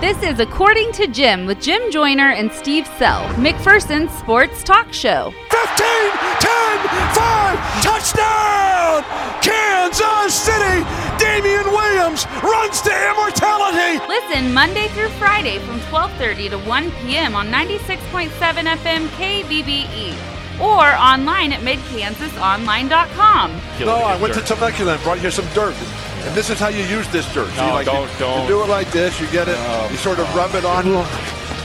This is According to Jim with Jim Joyner and Steve Sell, McPherson's sports talk show. 15, 10, 5, touchdown! Kansas City! Damian Williams runs to immortality! Listen Monday through Friday from 12:30 to 1 p.m. on 96.7 FM KBBE E or online at midkansasonline.com. No, I went to Temecula and brought here some dirt. And this is how you use this dirt. So No, you like, don't- you, don't. You do it like this, you get it, you sort of rub it on.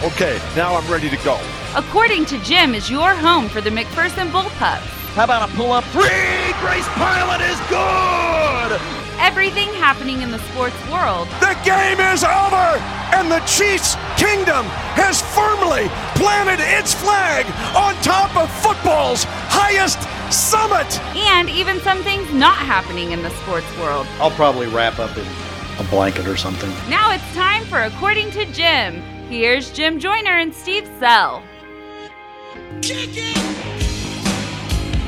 Okay, now I'm ready to go. According to Jim is your home for the McPherson Bullpups. How about a pull up Three, Grace Pilot is good! Everything happening in the sports world The game is over, and the Chiefs' kingdom has firmly planted its flag on top of football's highest summit. and even some things not happening in the sports world. I'll probably wrap up in a blanket or something. Now it's time for According to Jim. Here's Jim Joyner and Steve Sell.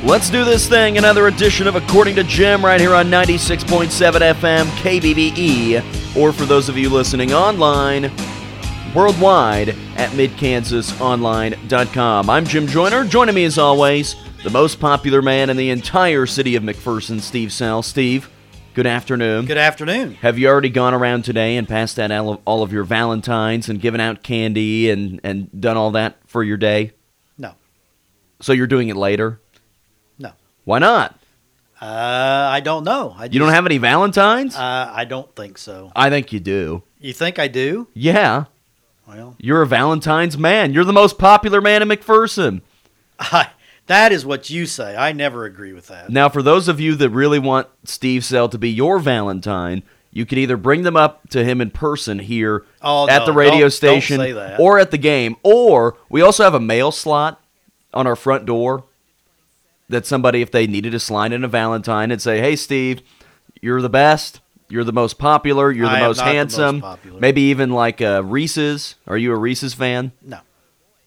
Let's do this thing. Another edition of According to Jim right here on 96.7 FM KBBE, E. or for those of you listening online, worldwide at midkansasonline.com. I'm Jim Joyner. Joining me as always, the most popular man in the entire city of McPherson, Steve Sal. Steve, good afternoon. Good afternoon. Have you already gone around today and passed out all of- all of your Valentines and given out candy and, and done all that for your day? No, So you're doing it no. later? Why not? Uh, I don't know. I You don't have any Valentines? Uh, I don't think so. I think you do. You think I do? Yeah, Well, you're a Valentine's man. You're the most popular man in McPherson. I, that is what you say. I never agree with that. Now, for those of you that really want Steve Sell to be your Valentine, you can either bring them up to him in person here Oh, at no, the radio don't- don't station say that. or at the game, or we also have a mail slot on our front door that somebody, if they needed to slide in a Valentine and say, "Hey, Steve, you're the best." You're the most popular. You're the I am most not the most handsome. popular. Maybe even like uh, Reese's. Are you a Reese's fan? No.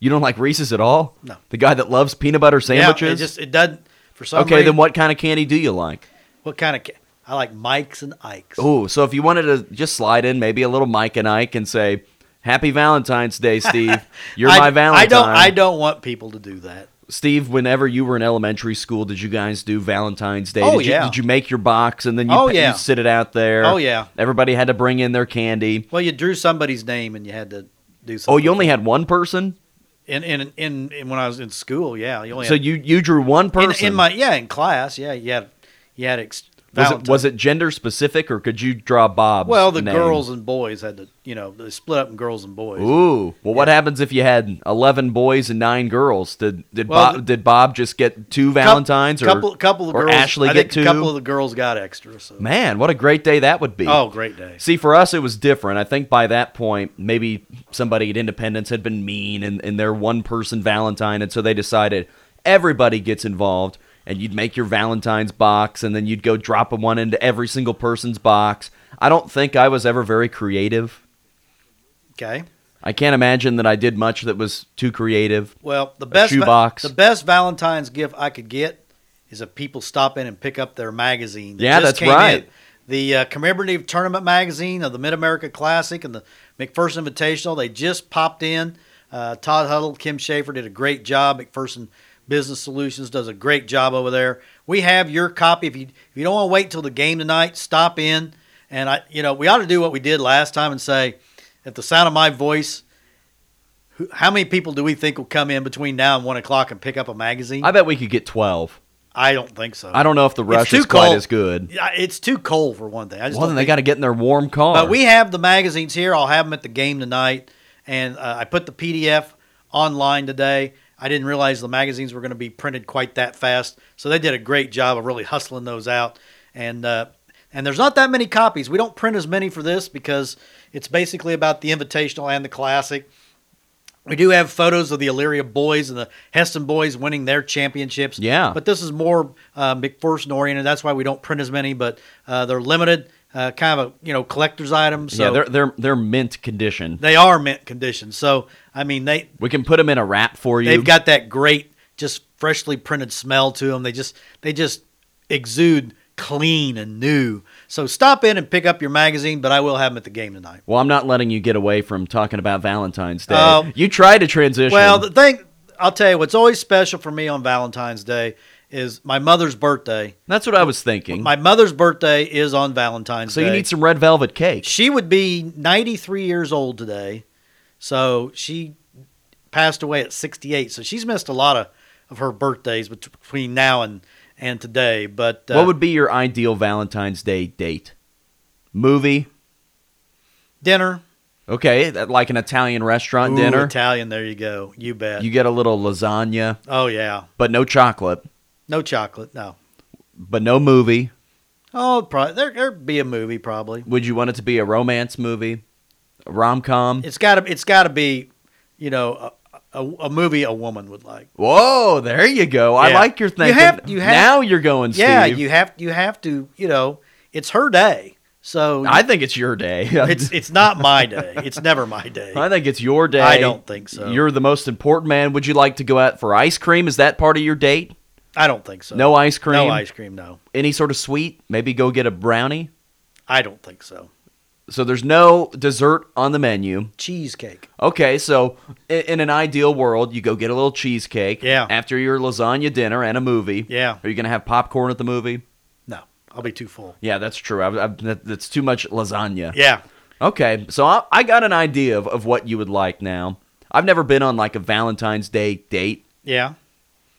You don't like Reese's at all? No. The guy that loves peanut butter sandwiches. Yeah, it just it doesn't. For some okay, reason, then what kind of candy do you like? What kind of? ca- I like Mikes and Ikes. Oh, so if you wanted to just slide in maybe a little Mike and Ike and say, "Happy Valentine's Day, Steve. You're I, my Valentine." I don't. I don't want people to do that. Steve, whenever you were in elementary school, did you guys do Valentine's Day? Oh, did you, yeah. Did you make your box and then you, Oh, you yeah. sit it out there? Oh, yeah. Everybody had to bring in their candy. Well, you drew somebody's name and you had to do something. Oh, you only had one person, in in, in, in when I was in school. Oh, Yeah, you only so had, you you drew one in, person. in my yeah in class. Yeah, you had you had ex, was it, Valentine. was it gender specific or could you draw Bob's? Well, the name? girls and boys had to, you know, they split up in girls and boys. Ooh. Well, what happens if you had eleven boys and nine girls? Did did Well, Bob the- did Bob just get two Valentines or couple, couple of or girls, Ashley I get think two? A couple of the girls got extra. So. Man, what a great day that would be. Oh, great day. See, for us, it was different. I think by that point, maybe somebody at Independence had been mean and, and their one person Valentine. And so they decided everybody gets involved and you'd make your Valentine's box and then you'd go drop one into every single person's box. I don't think I was ever very creative. Okay. I can't imagine that I did much that was too creative. Well, the best shoebox. the best Valentine's gift I could get is if people stop in and pick up their magazine. that Yeah, just that's came right. in. The uh, commemorative tournament magazine of the Mid America Classic and the McPherson Invitational. They just popped in. Uh, Todd Huddle, Kim Schaefer did a great job. McPherson Business Solutions does a great job over there. We have your copy. If you if you don't want to wait till the game tonight, stop in. And I, you know, we ought to do what we did last time and say, at the sound of my voice, who- How many people do we think will come in between now and one o'clock and pick up a magazine? I I, bet we could get 12. don't think so. I don't know if the It's rush too is quite cold. as good. Yeah, It's too cold for one thing. I just Well, don't then they think- got to get in their warm car. But we have the magazines here. I'll have them at the game tonight, and uh, I put the PDF online today. I didn't realize the magazines were going to be printed quite that fast, so they did a great job of really hustling those out. And uh, and there's not that many copies. We don't print as many for this because it's basically about the invitational and the classic. We do have photos of the Illyria boys and the Heston boys winning their championships. Yeah. But this is more uh, McPherson oriented. That's why we don't print as many, but uh, they're limited, uh, kind of a you know collector's item. So yeah, they're, they're, they're mint condition. they are mint condition. So I mean they We can put them in a wrap for you. they've got that great just freshly printed smell to them. They just they just exude clean and new. So stop in and pick up your magazine, but I will have them at the game tonight. Well, I'm not letting you get away from talking about Valentine's Day. Oh. you tried to transition. Well, the thing I'll tell you what's always special for me on Valentine's Day is my mother's birthday. that's what I was thinking. My mother's birthday is on Valentine's so Day. you need some red velvet cake. She would be 93 years old today. So she passed away at 68. So she's missed a lot of, of her birthdays bet- between now and, and today. But uh, what would be your ideal Valentine's Day date? Movie? dinner? Okay, that, like an Italian restaurant Ooh, dinner. Italian. There you go. You bet. you get a little lasagna, oh, yeah. but no chocolate, No chocolate. No. but no movie. Oh, probably, there, there'd be a movie probably. Would you want it to be a romance movie? A rom-com? It's got to it's got to be, you know, a, a, a movie a woman would like. Whoa, there you go. I Yeah. like your You thinking. have- you have- now you're going, Steve. Yeah, you have you have to, you know, it's her day. So I think it's your day. it's it's not my day. It's never my day. I think it's your day. I don't think so. You're the most important man. Would you like to go out for ice cream? Is that part of your date? I don't think so. No ice cream. Uh, No ice cream. No, Any sort of sweet? Maybe go get a brownie. I don't think so. So there's no dessert on the menu. Cheesecake. Okay, so i- in an ideal world, you go get a little cheesecake. Yeah. After your lasagna dinner and a movie. Yeah. Are you gonna have popcorn at the movie? No, I'll be too full. Yeah, that's true. I, I, that, that's too much lasagna. Yeah, Okay, so I, I got an idea of, of what you would like now. I've never been on like a Valentine's Day date, yeah.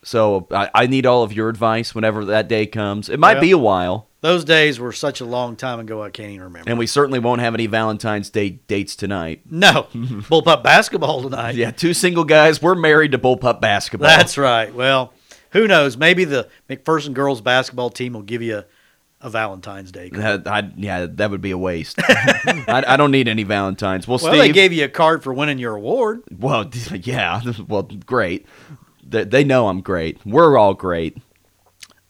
so I, I need all of your advice whenever that day comes. It might Yeah. be a while, Those days were such a long time ago. I can't even remember. and we certainly won't have any Valentine's Day dates tonight. no bullpup basketball tonight. Yeah, two single guys. We're married to bullpup basketball. that's right. Well, who knows? Maybe the McPherson girls basketball team will give you a, a Valentine's Day. card. That- I, yeah, that would be a waste. I, I don't need any Valentines. Well, Well, Steve. they gave you a card for winning your award. well, yeah. Well, great. They, they know I'm great. We're all great.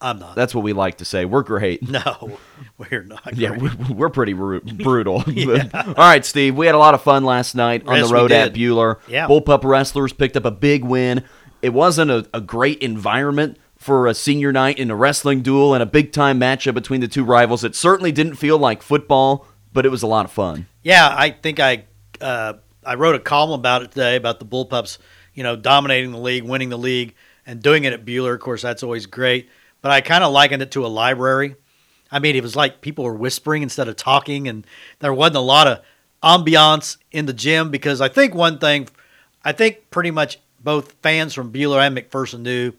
I'm not. That's what we like to say. We're great. no, we're not. Yeah, great. we, we're pretty ru- brutal. All right, Steve, we had a lot of fun last night on Yes, the we road at did. Bueller. Yeah. Bullpup wrestlers picked up a big win. It wasn't a, a great environment for a senior night in a wrestling duel and a big time matchup between the two rivals. It certainly didn't feel like football, but it was a lot of fun. Yeah, I think I uh, I wrote a column about it today about the Bullpups, you know, dominating the league, winning the league, and doing it at Bueller. Of course, that's always great. But I kind of likened it to a library. I mean, it was like people were whispering instead of talking, and there wasn't a lot of ambiance in the gym because I think one thing, I think pretty much both fans from Bueller and McPherson knew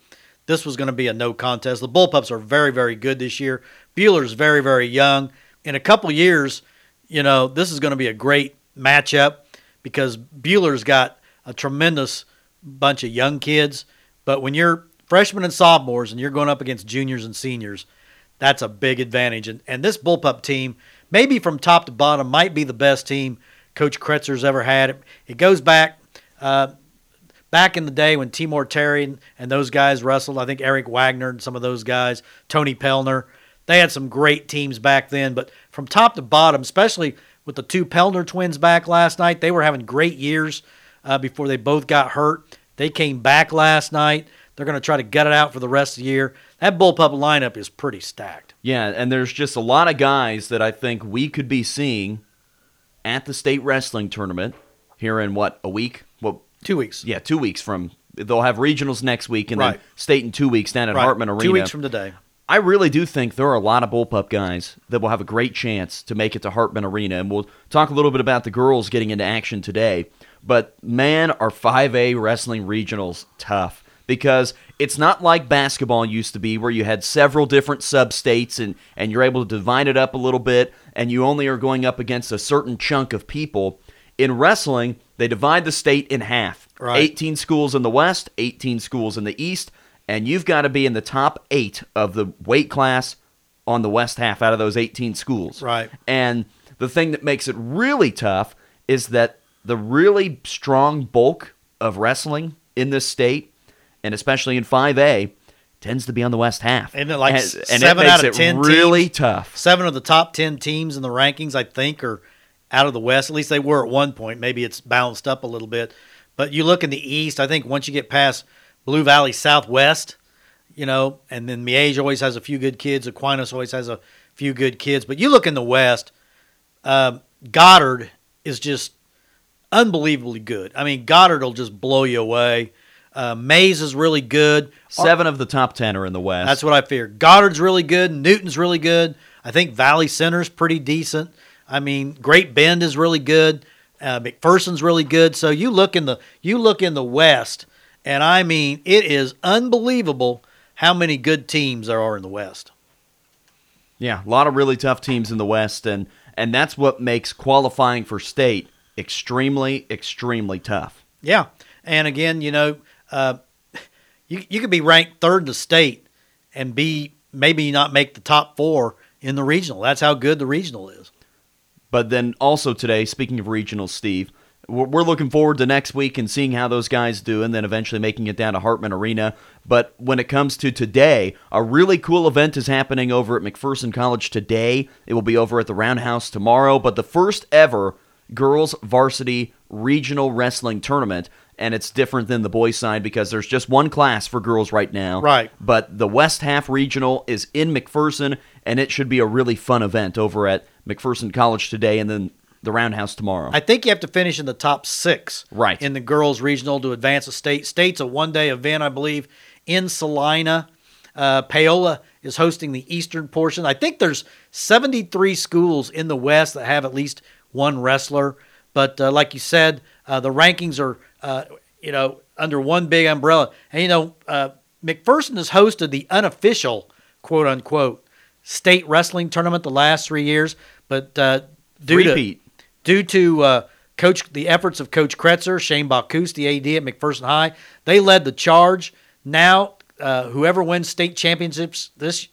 this was going to be a no contest. The Bullpups are very, very good this year. Bueller's very, very young. In a couple years, you know, this is going to be a great matchup because Bueller's got a tremendous bunch of young kids. But when you're freshmen and sophomores and you're going up against juniors and seniors, that's a big advantage. And, and this bullpup team, maybe from top to bottom, might be the best team Coach Kretzer's ever had. It, it goes back uh, back in the day when Timor Terry and, and those guys wrestled, I think Eric Wagner and some of those guys, Tony Pellner, they had some great teams back then. But from top to bottom, especially with the two Pellner twins back last night, they were having great years uh, before they both got hurt. They came back last night. They're going to try to gut it out for the rest of the year. That bullpup lineup is pretty stacked. Yeah, and there's just a lot of guys that I think we could be seeing at the state wrestling tournament here in what, a week? What Two weeks. yeah, two weeks from. They'll have regionals next week, and Right. then state in two weeks down at Right. Hartman Arena. Two weeks from today. I really do think there are a lot of bullpup guys that will have a great chance to make it to Hartman Arena, and we'll talk a little bit about the girls getting into action today. But man, are 5A wrestling regionals tough because it's not like basketball used to be, where you had several different sub states and, and you're able to divide it up a little bit, and you only are going up against a certain chunk of people. In wrestling, they divide the state in half. Right. 18 schools in the West, 18 schools in the East, and you've got to be in the top eight of the weight class on the West half out of those 18 schools. Right. And the thing that makes it really tough is that the really strong bulk of wrestling in this state, and especially in 5A, tends to be on the West half. Isn't it like and, and it seven makes out of it 10 really teams? tough. Seven of the top 10 teams in the rankings, I think, are out of the West. At least they were at one point. Maybe it's balanced up a little bit. But you look in the East, I think once you get past Blue Valley Southwest, you know, and then Miege always has a few good kids. Aquinas always has a few good kids. But you look in the West, um, Goddard is just unbelievably good. I mean, Goddard will just blow you away. Uh, Mays is really good. Seven of the top ten are in the West. That's what I feared. Goddard's really good. Newton's really good. I think Valley Center's pretty decent. I mean, Great Bend is really good. Uh, McPherson's really good. So you look in the you look in the West, and I mean, it is unbelievable how many good teams there are in the West. yeah, a lot of really tough teams in the West, and and that's what makes qualifying for state extremely, extremely tough. Yeah, and again, you know, uh, you you could be ranked third in the state and be maybe not make the top four in the regional. That's how good the regional is. But then also today, speaking of regional, Steve, we're we're looking forward to next week and seeing how those guys do, and then eventually making it down to Hartman Arena. But when it comes to today, a really cool event is happening over at McPherson College today. It will be over at the Roundhouse tomorrow, but the first ever girls varsity regional wrestling tournament. And it's different than the boys' side because there's just one class for girls right now. Right. But the West Half Regional is in McPherson, and it should be a really fun event over at McPherson College today and then the Roundhouse tomorrow. I think you have to finish in the top six, Right. in the girls regional to advance a state. State's a one day event, I believe, in Salina. Uh, Paola is hosting the eastern portion. I think there's 73 schools in the West that have at least one wrestler, but uh, like you said, uh, the rankings are uh, you know under one big umbrella. And you know, uh, McPherson has hosted the unofficial quote unquote state wrestling tournament the last three years, but uh, due Repeat. to due to uh, coach the efforts of Coach Kretzer, Shane Bacchus, the AD at McPherson High. They led the charge. Now, uh, whoever wins state championships this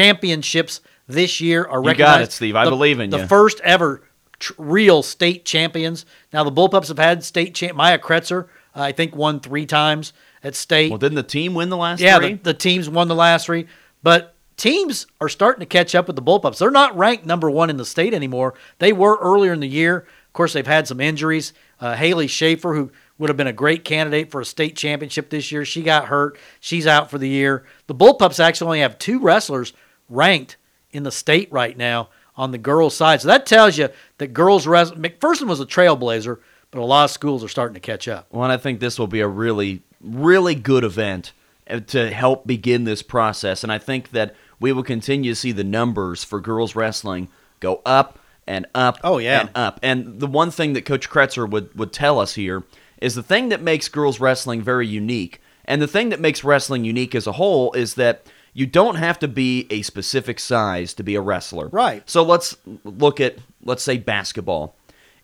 championships this year are got recognized. it, Steve. I The- believe in the you. first ever tr- real state champions. Now, the Bullpups have had state champ Maya Kretzer. uh, I think won three times at state. well, didn't the team win the last Yeah, three? the, the teams won the last three, but teams are starting to catch up with the bullpups. They're not ranked number one in the state anymore. They were earlier in the year. Of course, they've had some injuries. Uh, Haley Schaefer, who would have been a great candidate for a state championship this year, she got hurt. She's out for the year. The bullpups actually only have two wrestlers ranked in the state right now on the girls' side. So that tells you that girls' res- McPherson was a trailblazer, but a lot of schools are starting to catch up. Well, and I think this will be a really, really good event uh, to help begin this process. And I think that we will continue to see the numbers for girls wrestling go up and up. Oh, yeah. And up. And the one thing that Coach Kretzer would, would tell us here is the thing that makes girls wrestling very unique. And the thing that makes wrestling unique as a whole is that you don't have to be a specific size to be a wrestler. Right. So let's look at, let's say, basketball.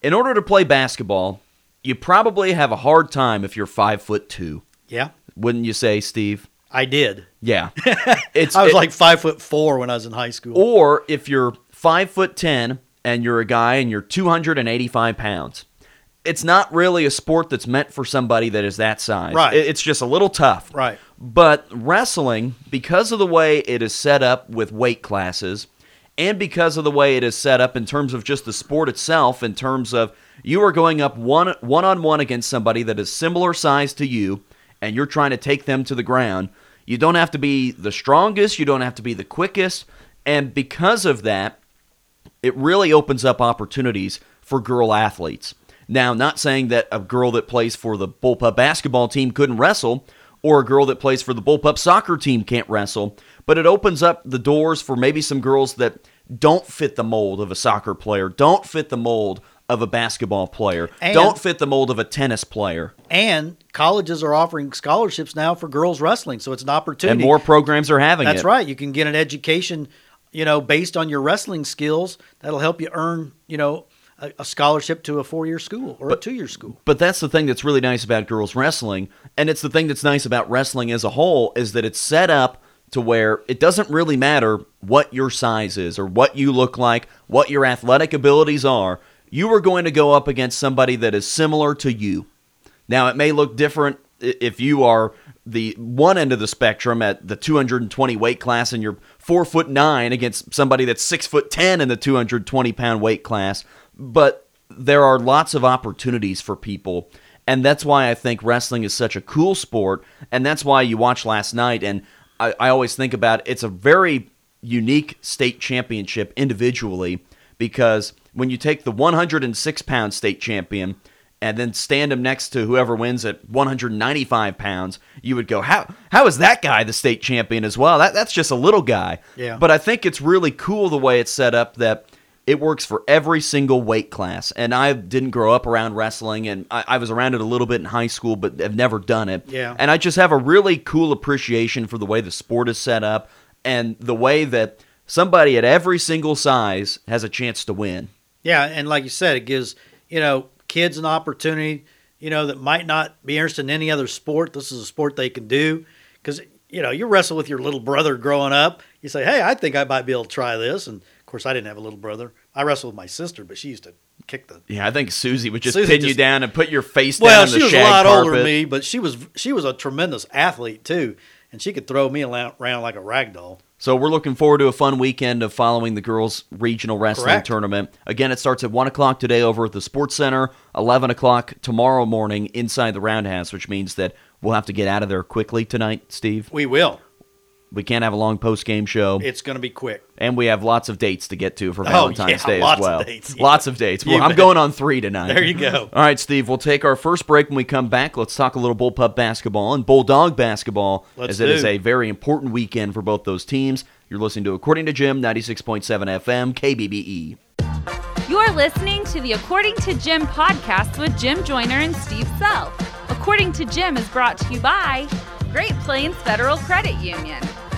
In order to play basketball, you probably have a hard time if you're five foot two, Yeah, wouldn't you say, Steve? I did. Yeah, it's I was it- like five foot four when I was in high school. or if you're five foot ten and you're a guy and you're 285 pounds. It's not really a sport that's meant for somebody that is that size. Right. It- It's just a little tough. Right. But wrestling, because of the way it is set up with weight classes, and because of the way it is set up in terms of just the sport itself, in terms of you are going up one one on one against somebody that is similar size to you, and you're trying to take them to the ground. You don't have to be the strongest. You don't have to be the quickest. And because of that, it really opens up opportunities for girl athletes. Now, not saying that a girl that plays for the Bullpup basketball team couldn't wrestle, or a girl that plays for the Bullpup soccer team can't wrestle, but it opens up the doors for maybe some girls that don't fit the mold of a soccer player, don't fit the mold of a basketball player, And- don't fit the mold of a tennis player. And colleges are offering scholarships now for girls wrestling, so it's an opportunity. And more programs are having That's it. right. You can get an education, you know, based on your wrestling skills. That'll help you earn, you know, a, a scholarship to a four-year school or a two-year school. But that's the thing that's really nice about girls wrestling, and it's the thing that's nice about wrestling as a whole is that it's set up to where it doesn't really matter what your size is or what you look like, what your athletic abilities are. You are going to go up against somebody that is similar to you. Now, it may look different i- if you are the one end of the spectrum at the 220 weight class and you're four foot nine against somebody that's six foot ten in the 220 pound weight class, but there are lots of opportunities for people. And that's why I think wrestling is such a cool sport. And that's why you watch last night. And I, I always think about it's a very unique state championship individually because when you take the 106 pound state champion and then stand him next to whoever wins at 195 pounds, you would go, how how is that guy the state champion as well? That that's just a little guy. Yeah. But I think it's really cool the way it's set up that it works for every single weight class. And I didn't grow up around wrestling, and I, I was around it a little bit in high school, but have never done it. Yeah. And I just have a really cool appreciation for the way the sport is set up and the way that somebody at every single size has a chance to win. Yeah, and like you said, it gives you know kids an opportunity, you know, that might not be interested in any other sport. This is a sport they can do because you know you wrestle with your little brother growing up. You say, "Hey, I think I might be able to try this." And of course, I didn't have a little brother. I wrestled with my sister, but she used to kick the Yeah, I think Susie would just Susie pin you just- down and put your face down. well, on she the was a shag lot carpet. older than me, but she was she was a tremendous athlete too, and she could throw me ala- around like a rag doll. So we're looking forward to a fun weekend of following the girls' regional wrestling Correct. tournament. Again, it starts at one o'clock today over at the Sports Center. Eleven o'clock tomorrow morning inside the Roundhouse, which means that we'll have to get out of there quickly tonight, Steve. We will. We can't have a long post-game show, It's going to be quick. and we have lots of dates to get to for Oh, yeah, Valentine's Day lots as of well. dates, yeah. Lots of dates. You Well, I'm bet. going on three tonight. There you go. All right, Steve. We'll take our first break when we come back. Let's talk a little bullpup basketball and bulldog basketball, Let's as it do. is a very important weekend for both those teams. You're listening to According to Jim, 96.7 FM, KBBE. You're listening to the According to Jim podcast with Jim Joyner and Steve Self. According to Jim is brought to you by Great Plains Federal Credit Union,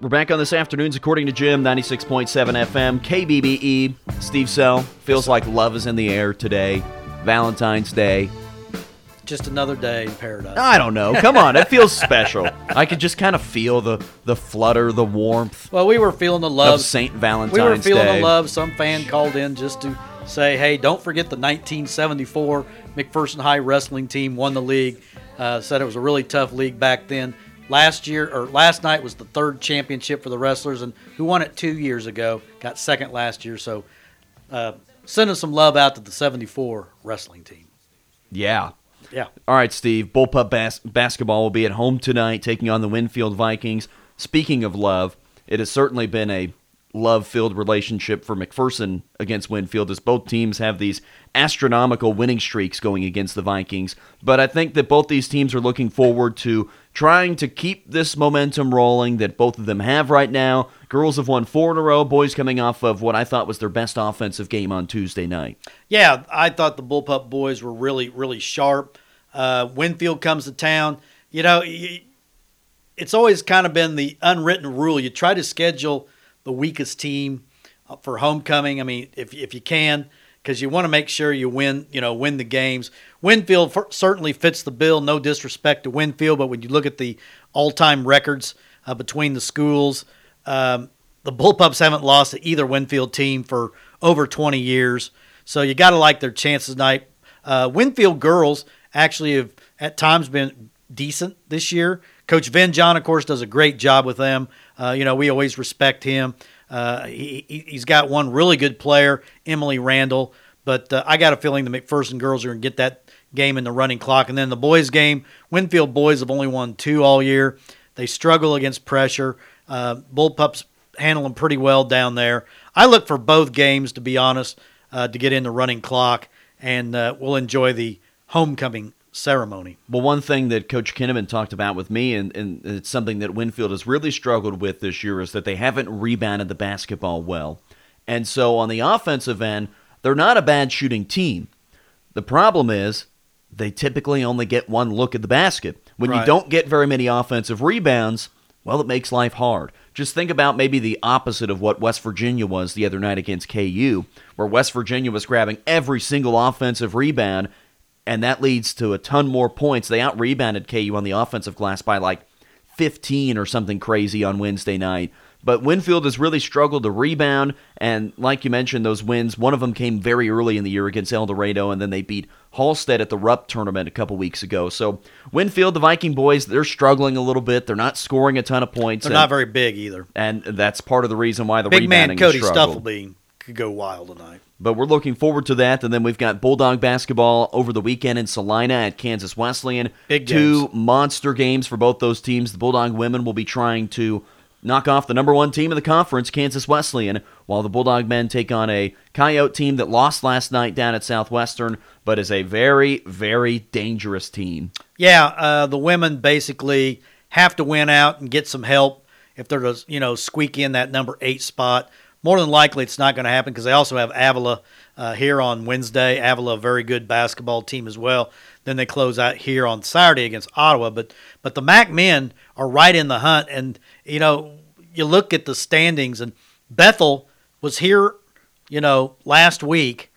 We're back on this afternoon's According to Jim, 96.7 FM, KBBE. E. Steve Sell feels like love is in the air today, Valentine's Day. Just another day in paradise. I don't know. Come on, it feels special. I could just kind of feel the the flutter, the warmth Well, we were feeling the love. of Saint we Valentine's were feeling Day. the love. Some fan called in just to say, "Hey, don't forget the 1974 McPherson High wrestling team won the league." Uh, said it was a really tough league back then. Last year or last night was the third championship for the wrestlers, and who won it two years ago got second last year. So, uh, sending some love out to the '74 wrestling team. Yeah, Yeah, All right, Steve. Bullpup bas- basketball will be at home tonight, taking on the Winfield Vikings. Speaking of love, it has certainly been a love-filled relationship for McPherson against Winfield, as both teams have these astronomical winning streaks going against the Vikings. But I think that both these teams are looking forward to trying to keep this momentum rolling that both of them have right now. Girls have won four in a row. Boys coming off of what I thought was their best offensive game on Tuesday night. Yeah, I thought the bullpup boys were really, really sharp. Uh, Winfield comes to town. You know, y- it's always kind of been the unwritten rule. You try to schedule the weakest team uh, for homecoming. I mean, if if you can, because you want to make sure you win. You know, win the games. Winfield f- certainly fits the bill. No disrespect to Winfield, but when you look at the all-time records uh, between the schools, um, the Bullpups haven't lost to either Winfield team for over 20 years. So you got to like their chances tonight. Uh, Winfield girls actually have at times been decent this year. Coach Vin John, of course, does a great job with them. Uh, you know, we always respect him. Uh, he, he- he's got one really good player, Emily Randall. But uh, I got a feeling the McPherson girls are going to get that game in the running clock. And then the boys' game, Winfield boys have only won two all year. They struggle against pressure. Uh, Bullpups handle them pretty well down there. I look for both games, to be honest, uh, to get in the running clock, and uh, we'll enjoy the homecoming ceremony. Well, one thing that Coach Kinneman talked about with me, and, and it's something that Winfield has really struggled with this year, is that they haven't rebounded the basketball well. And so on the offensive end, they're not a bad shooting team. The problem is they typically only get one look at the basket. When you Right. don't get very many offensive rebounds, well, it makes life hard. Just think about maybe the opposite of what West Virginia was the other night against KU, where West Virginia was grabbing every single offensive rebound, and that leads to a ton more points. They out rebounded KU on the offensive glass by like 15 or something crazy on Wednesday night. But Winfield has really struggled to rebound. And like you mentioned, those wins, one of them came very early in the year against El Dorado, and then they beat Halstead at the Rupp tournament a couple weeks ago. So Winfield, the Viking boys, they're struggling a little bit. They're not scoring a ton of points. They're and, not very big either. and that's part of the reason why the Big man rebounding Cody has struggled. Stufflebean could go wild tonight. But we're looking forward to that. And then we've got Bulldog basketball over the weekend in Salina at Kansas Wesleyan. Big Two games. monster games for both those teams. The Bulldog women will be trying to knock off the number one team in the conference, Kansas Wesleyan, while the Bulldog men take on a Coyote team that lost last night down at Southwestern, but is a very, very dangerous team. Yeah, uh, the women basically have to win out and get some help if they're to, you know, squeak in that number eight spot. More than likely, it's not going to happen because they also have Avila uh, here on Wednesday. Avila, a very good basketball team as well. Then they close out here on Saturday against Ottawa. But but the MAC men are right in the hunt, and you know, you look at the standings, and Bethel was here, you know, last week.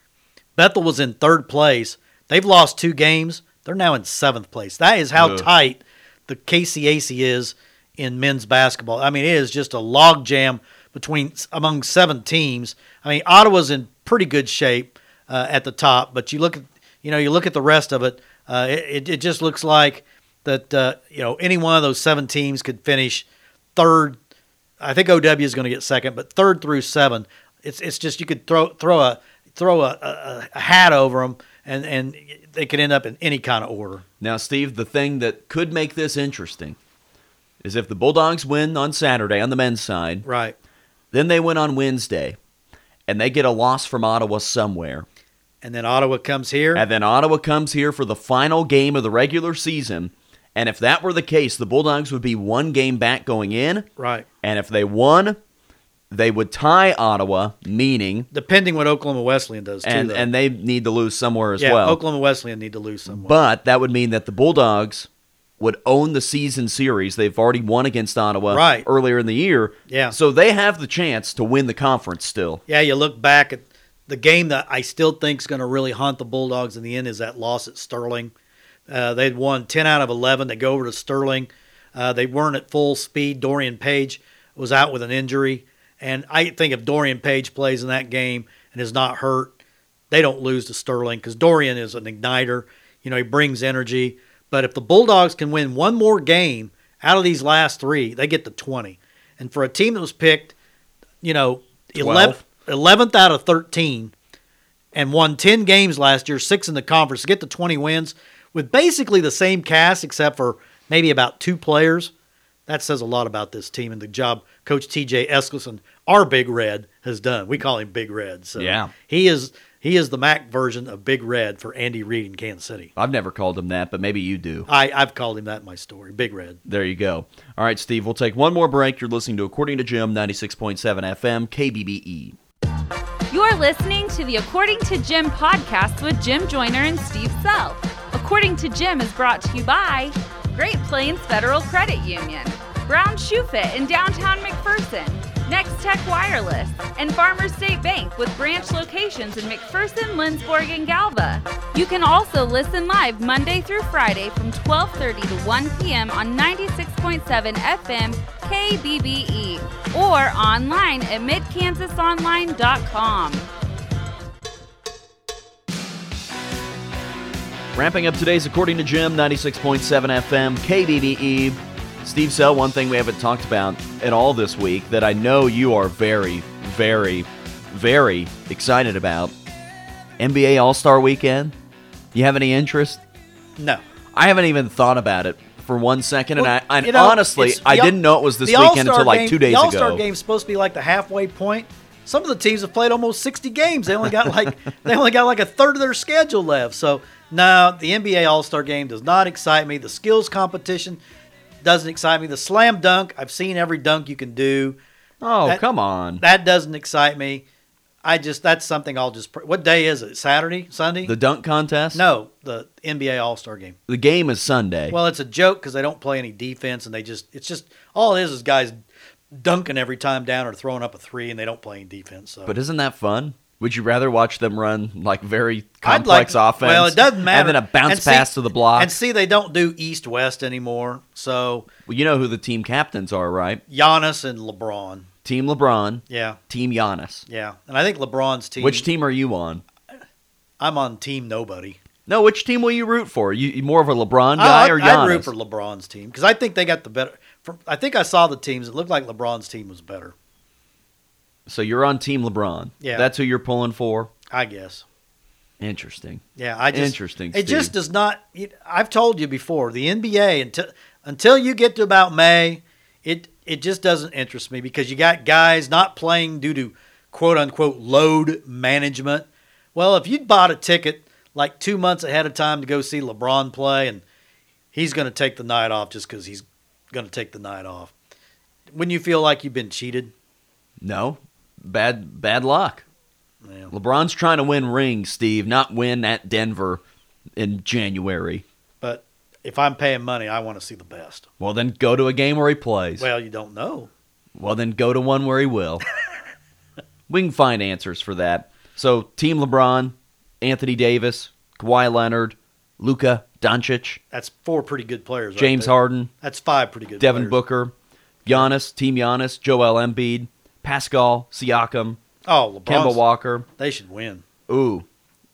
Bethel was in third place. They've lost two games. They're now in seventh place. That is how Ugh. tight the KCAC is in men's basketball. I mean, it is just a logjam between among seven teams. I mean, Ottawa's in pretty good shape uh, at the top, but you look at you know you look at the rest of it. Uh, it, it- it just looks like that uh, you know any one of those seven teams could finish third. I think OW is going to get second, but third through seven, it's it's just you could throw throw a throw a, a, a hat over them, and and they could end up in any kind of order. Now, Steve, the thing that could make this interesting is if the Bulldogs win on Saturday on the men's side, Right. Then they win on Wednesday, and they get a loss from Ottawa somewhere. And then Ottawa comes here. And then Ottawa comes here for the final game of the regular season. And if that were the case, the Bulldogs would be one game back going in. right. And if they won, they would tie Ottawa, meaning, Depending what Oklahoma Wesleyan does too. and, though. and they need to lose somewhere as yeah, well. Oklahoma Wesleyan need to lose someone. But that would mean that the Bulldogs would own the season series. They've already won against Ottawa Right. earlier in the year. Yeah. So they have the chance to win the conference still. yeah, you look back at the game that I still think is going to really haunt the Bulldogs in the end is that loss at Sterling. Uh, they'd won 10 out of 11. They go over to Sterling. Uh, they weren't at full speed. Dorian Page was out with an injury. And I think if Dorian Page plays in that game and is not hurt, they don't lose to Sterling because Dorian is an igniter. You know, he brings energy. But if the Bulldogs can win one more game out of these last three, they get to 20. And for a team that was picked, you know, 11th, Twelve. 11th out of 13 and won 10 games last year, six in the conference, to get to 20 wins with basically the same cast except for maybe about two players. That says a lot about this team and the job Coach TJ Eskelson, our Big Red, has done. We call him Big Red. So Yeah. he is he is the Mac version of Big Red for Andy Reid in Kansas City. I've never called them that, but maybe you do. I, I've called him that in my story, Big Red. There you go. All right, Steve, we'll take one more break. You're listening to According to Jim, 96.7 FM, KBBE. You're listening to the According to Jim podcast with Jim Joyner and Steve Self. According to Jim is brought to you by Great Plains Federal Credit Union, Brown Shoe Fit in downtown McPherson, Next Tech Wireless, and Farmer State Bank with branch locations in McPherson, Lindsborg, and Galva. You can also listen live Monday through Friday from 12:30 to 1 p.m. on 96.7 FM KBBE E or online at midkansasonline.com. Wrapping up today's According to Jim, 96.7 FM, KBBE. E. Steve Sell, one thing we haven't talked about at all this week that I know you are very, very, very excited about NBA All Star Weekend. You have any interest? No. I haven't even thought about it for one second, Well, and I and you know, honestly, it's- I the- didn't know it was this the weekend All-Star until like game- two days The All-Star ago. game's supposed to be like the halfway point. Some of the teams have played almost 60 games. They only got like they only got like a third of their schedule left. So no, the NBA All-Star game does not excite me. The skills competition doesn't excite me. The slam dunk, I've seen every dunk you can do. Oh, That- come on. That doesn't excite me. I just that's something I'll just. pr- What day is it? Saturday, Sunday? The dunk contest? no, the NBA All-Star game. The game is Sunday. Well, it's a joke because they don't play any defense, and they just—it's just all it is is guys dunking every time down or throwing up a three, and they don't play any defense. So. but isn't that fun? Would you rather watch them run like very I'd complex like- offense? Well, it doesn't matter. And then a bounce And see- pass to the block. and see, they don't do east-west anymore. So well, you know who the team captains are, right? Giannis and LeBron. Team LeBron, Yeah, Team Giannis. yeah. And I think LeBron's team. Which team are you on? I'm on team nobody. No, which team will you root for? You, you more of a LeBron guy I, or I Giannis? Oh, root for LeBron's team because I think they got the better. From, I think I saw the teams. It looked like LeBron's team was better. so you're on Team LeBron. Yeah. that's who you're pulling for. I guess. Interesting. Yeah, I just Interesting, It just Steve. does not. It, I've told you before, the NBA until until you get to about May, it it just doesn't interest me because you got guys not playing due to quote unquote load management. Well, if you'd bought a ticket like two months ahead of time to go see LeBron play, and he's going to take the night off just because he's going to take the night off, wouldn't you feel like you've been cheated? No, bad bad luck. Yeah. LeBron's trying to win rings, Steve, not win at Denver in January. But if I'm paying money, I want to see the best. Well, then go to a game where he plays. Well, you don't know. Well, then go to one where he will. we can find answers for that. So, Team LeBron, Anthony Davis, Kawhi Leonard, Luka Doncic, That's four pretty good players. right James there. Harden, That's five pretty good. Devin players. Booker, Giannis, Team Giannis, Joel Embiid, Pascal Siakam, Oh, Kemba LeBron. Walker. They should win. Ooh,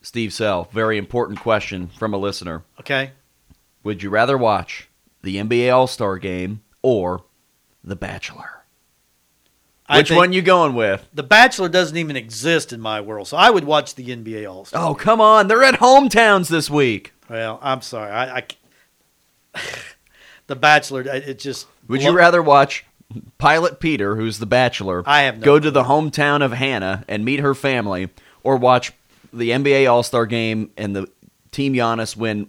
Steve Sell. Very important question from a listener. Okay. Would you rather watch the NBA All Star Game or The Bachelor? I Which think one you going with? The Bachelor doesn't even exist in my world, so I would watch the NBA All Star. Oh, come on. They're at hometowns this week. Well, I'm sorry. I, I c- the Bachelor. I- It just. Would you Lo- rather watch Pilot Peter, who's the bachelor, I have no go to the hometown of Hannah and meet her family, or watch the NBA All Star game and the team Giannis win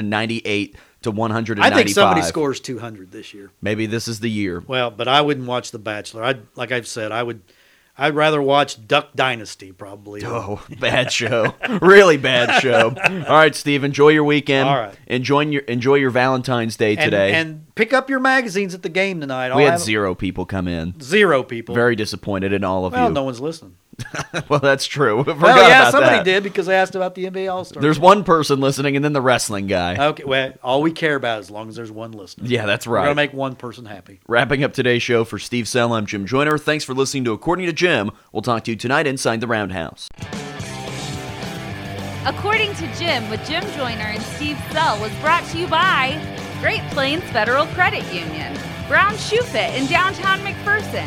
198 to 195? I think somebody scores 200 this year. Maybe this is the year. Well, but I wouldn't watch The Bachelor. I'd like I've said, I would. I'd rather watch Duck Dynasty probably. Oh, bad show. really bad show. All right, Steve, enjoy your weekend. All right. Enjoy your enjoy your Valentine's Day and, today. And pick up your magazines at the game tonight. I'll we had have- zero people come in. zero people. Very disappointed in all of well, you. no one's listening. well, that's true. We forgot Well, yeah, about somebody that. did because I asked about the NBA All Star. There's one person listening, and then the wrestling guy. Okay, well, all we care about is as long as there's one listener. Yeah, that's Uh, We're right. gonna make one person happy. Wrapping up today's show for Steve Sell, I'm Jim Joyner. Thanks for listening to According to Jim. We'll talk to you tonight inside the Roundhouse. According to Jim, with Jim Joyner and Steve Sell, was brought to you by Great Plains Federal Credit Union, Brown Shoe Fit in downtown McPherson,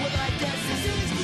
Well, I guess this is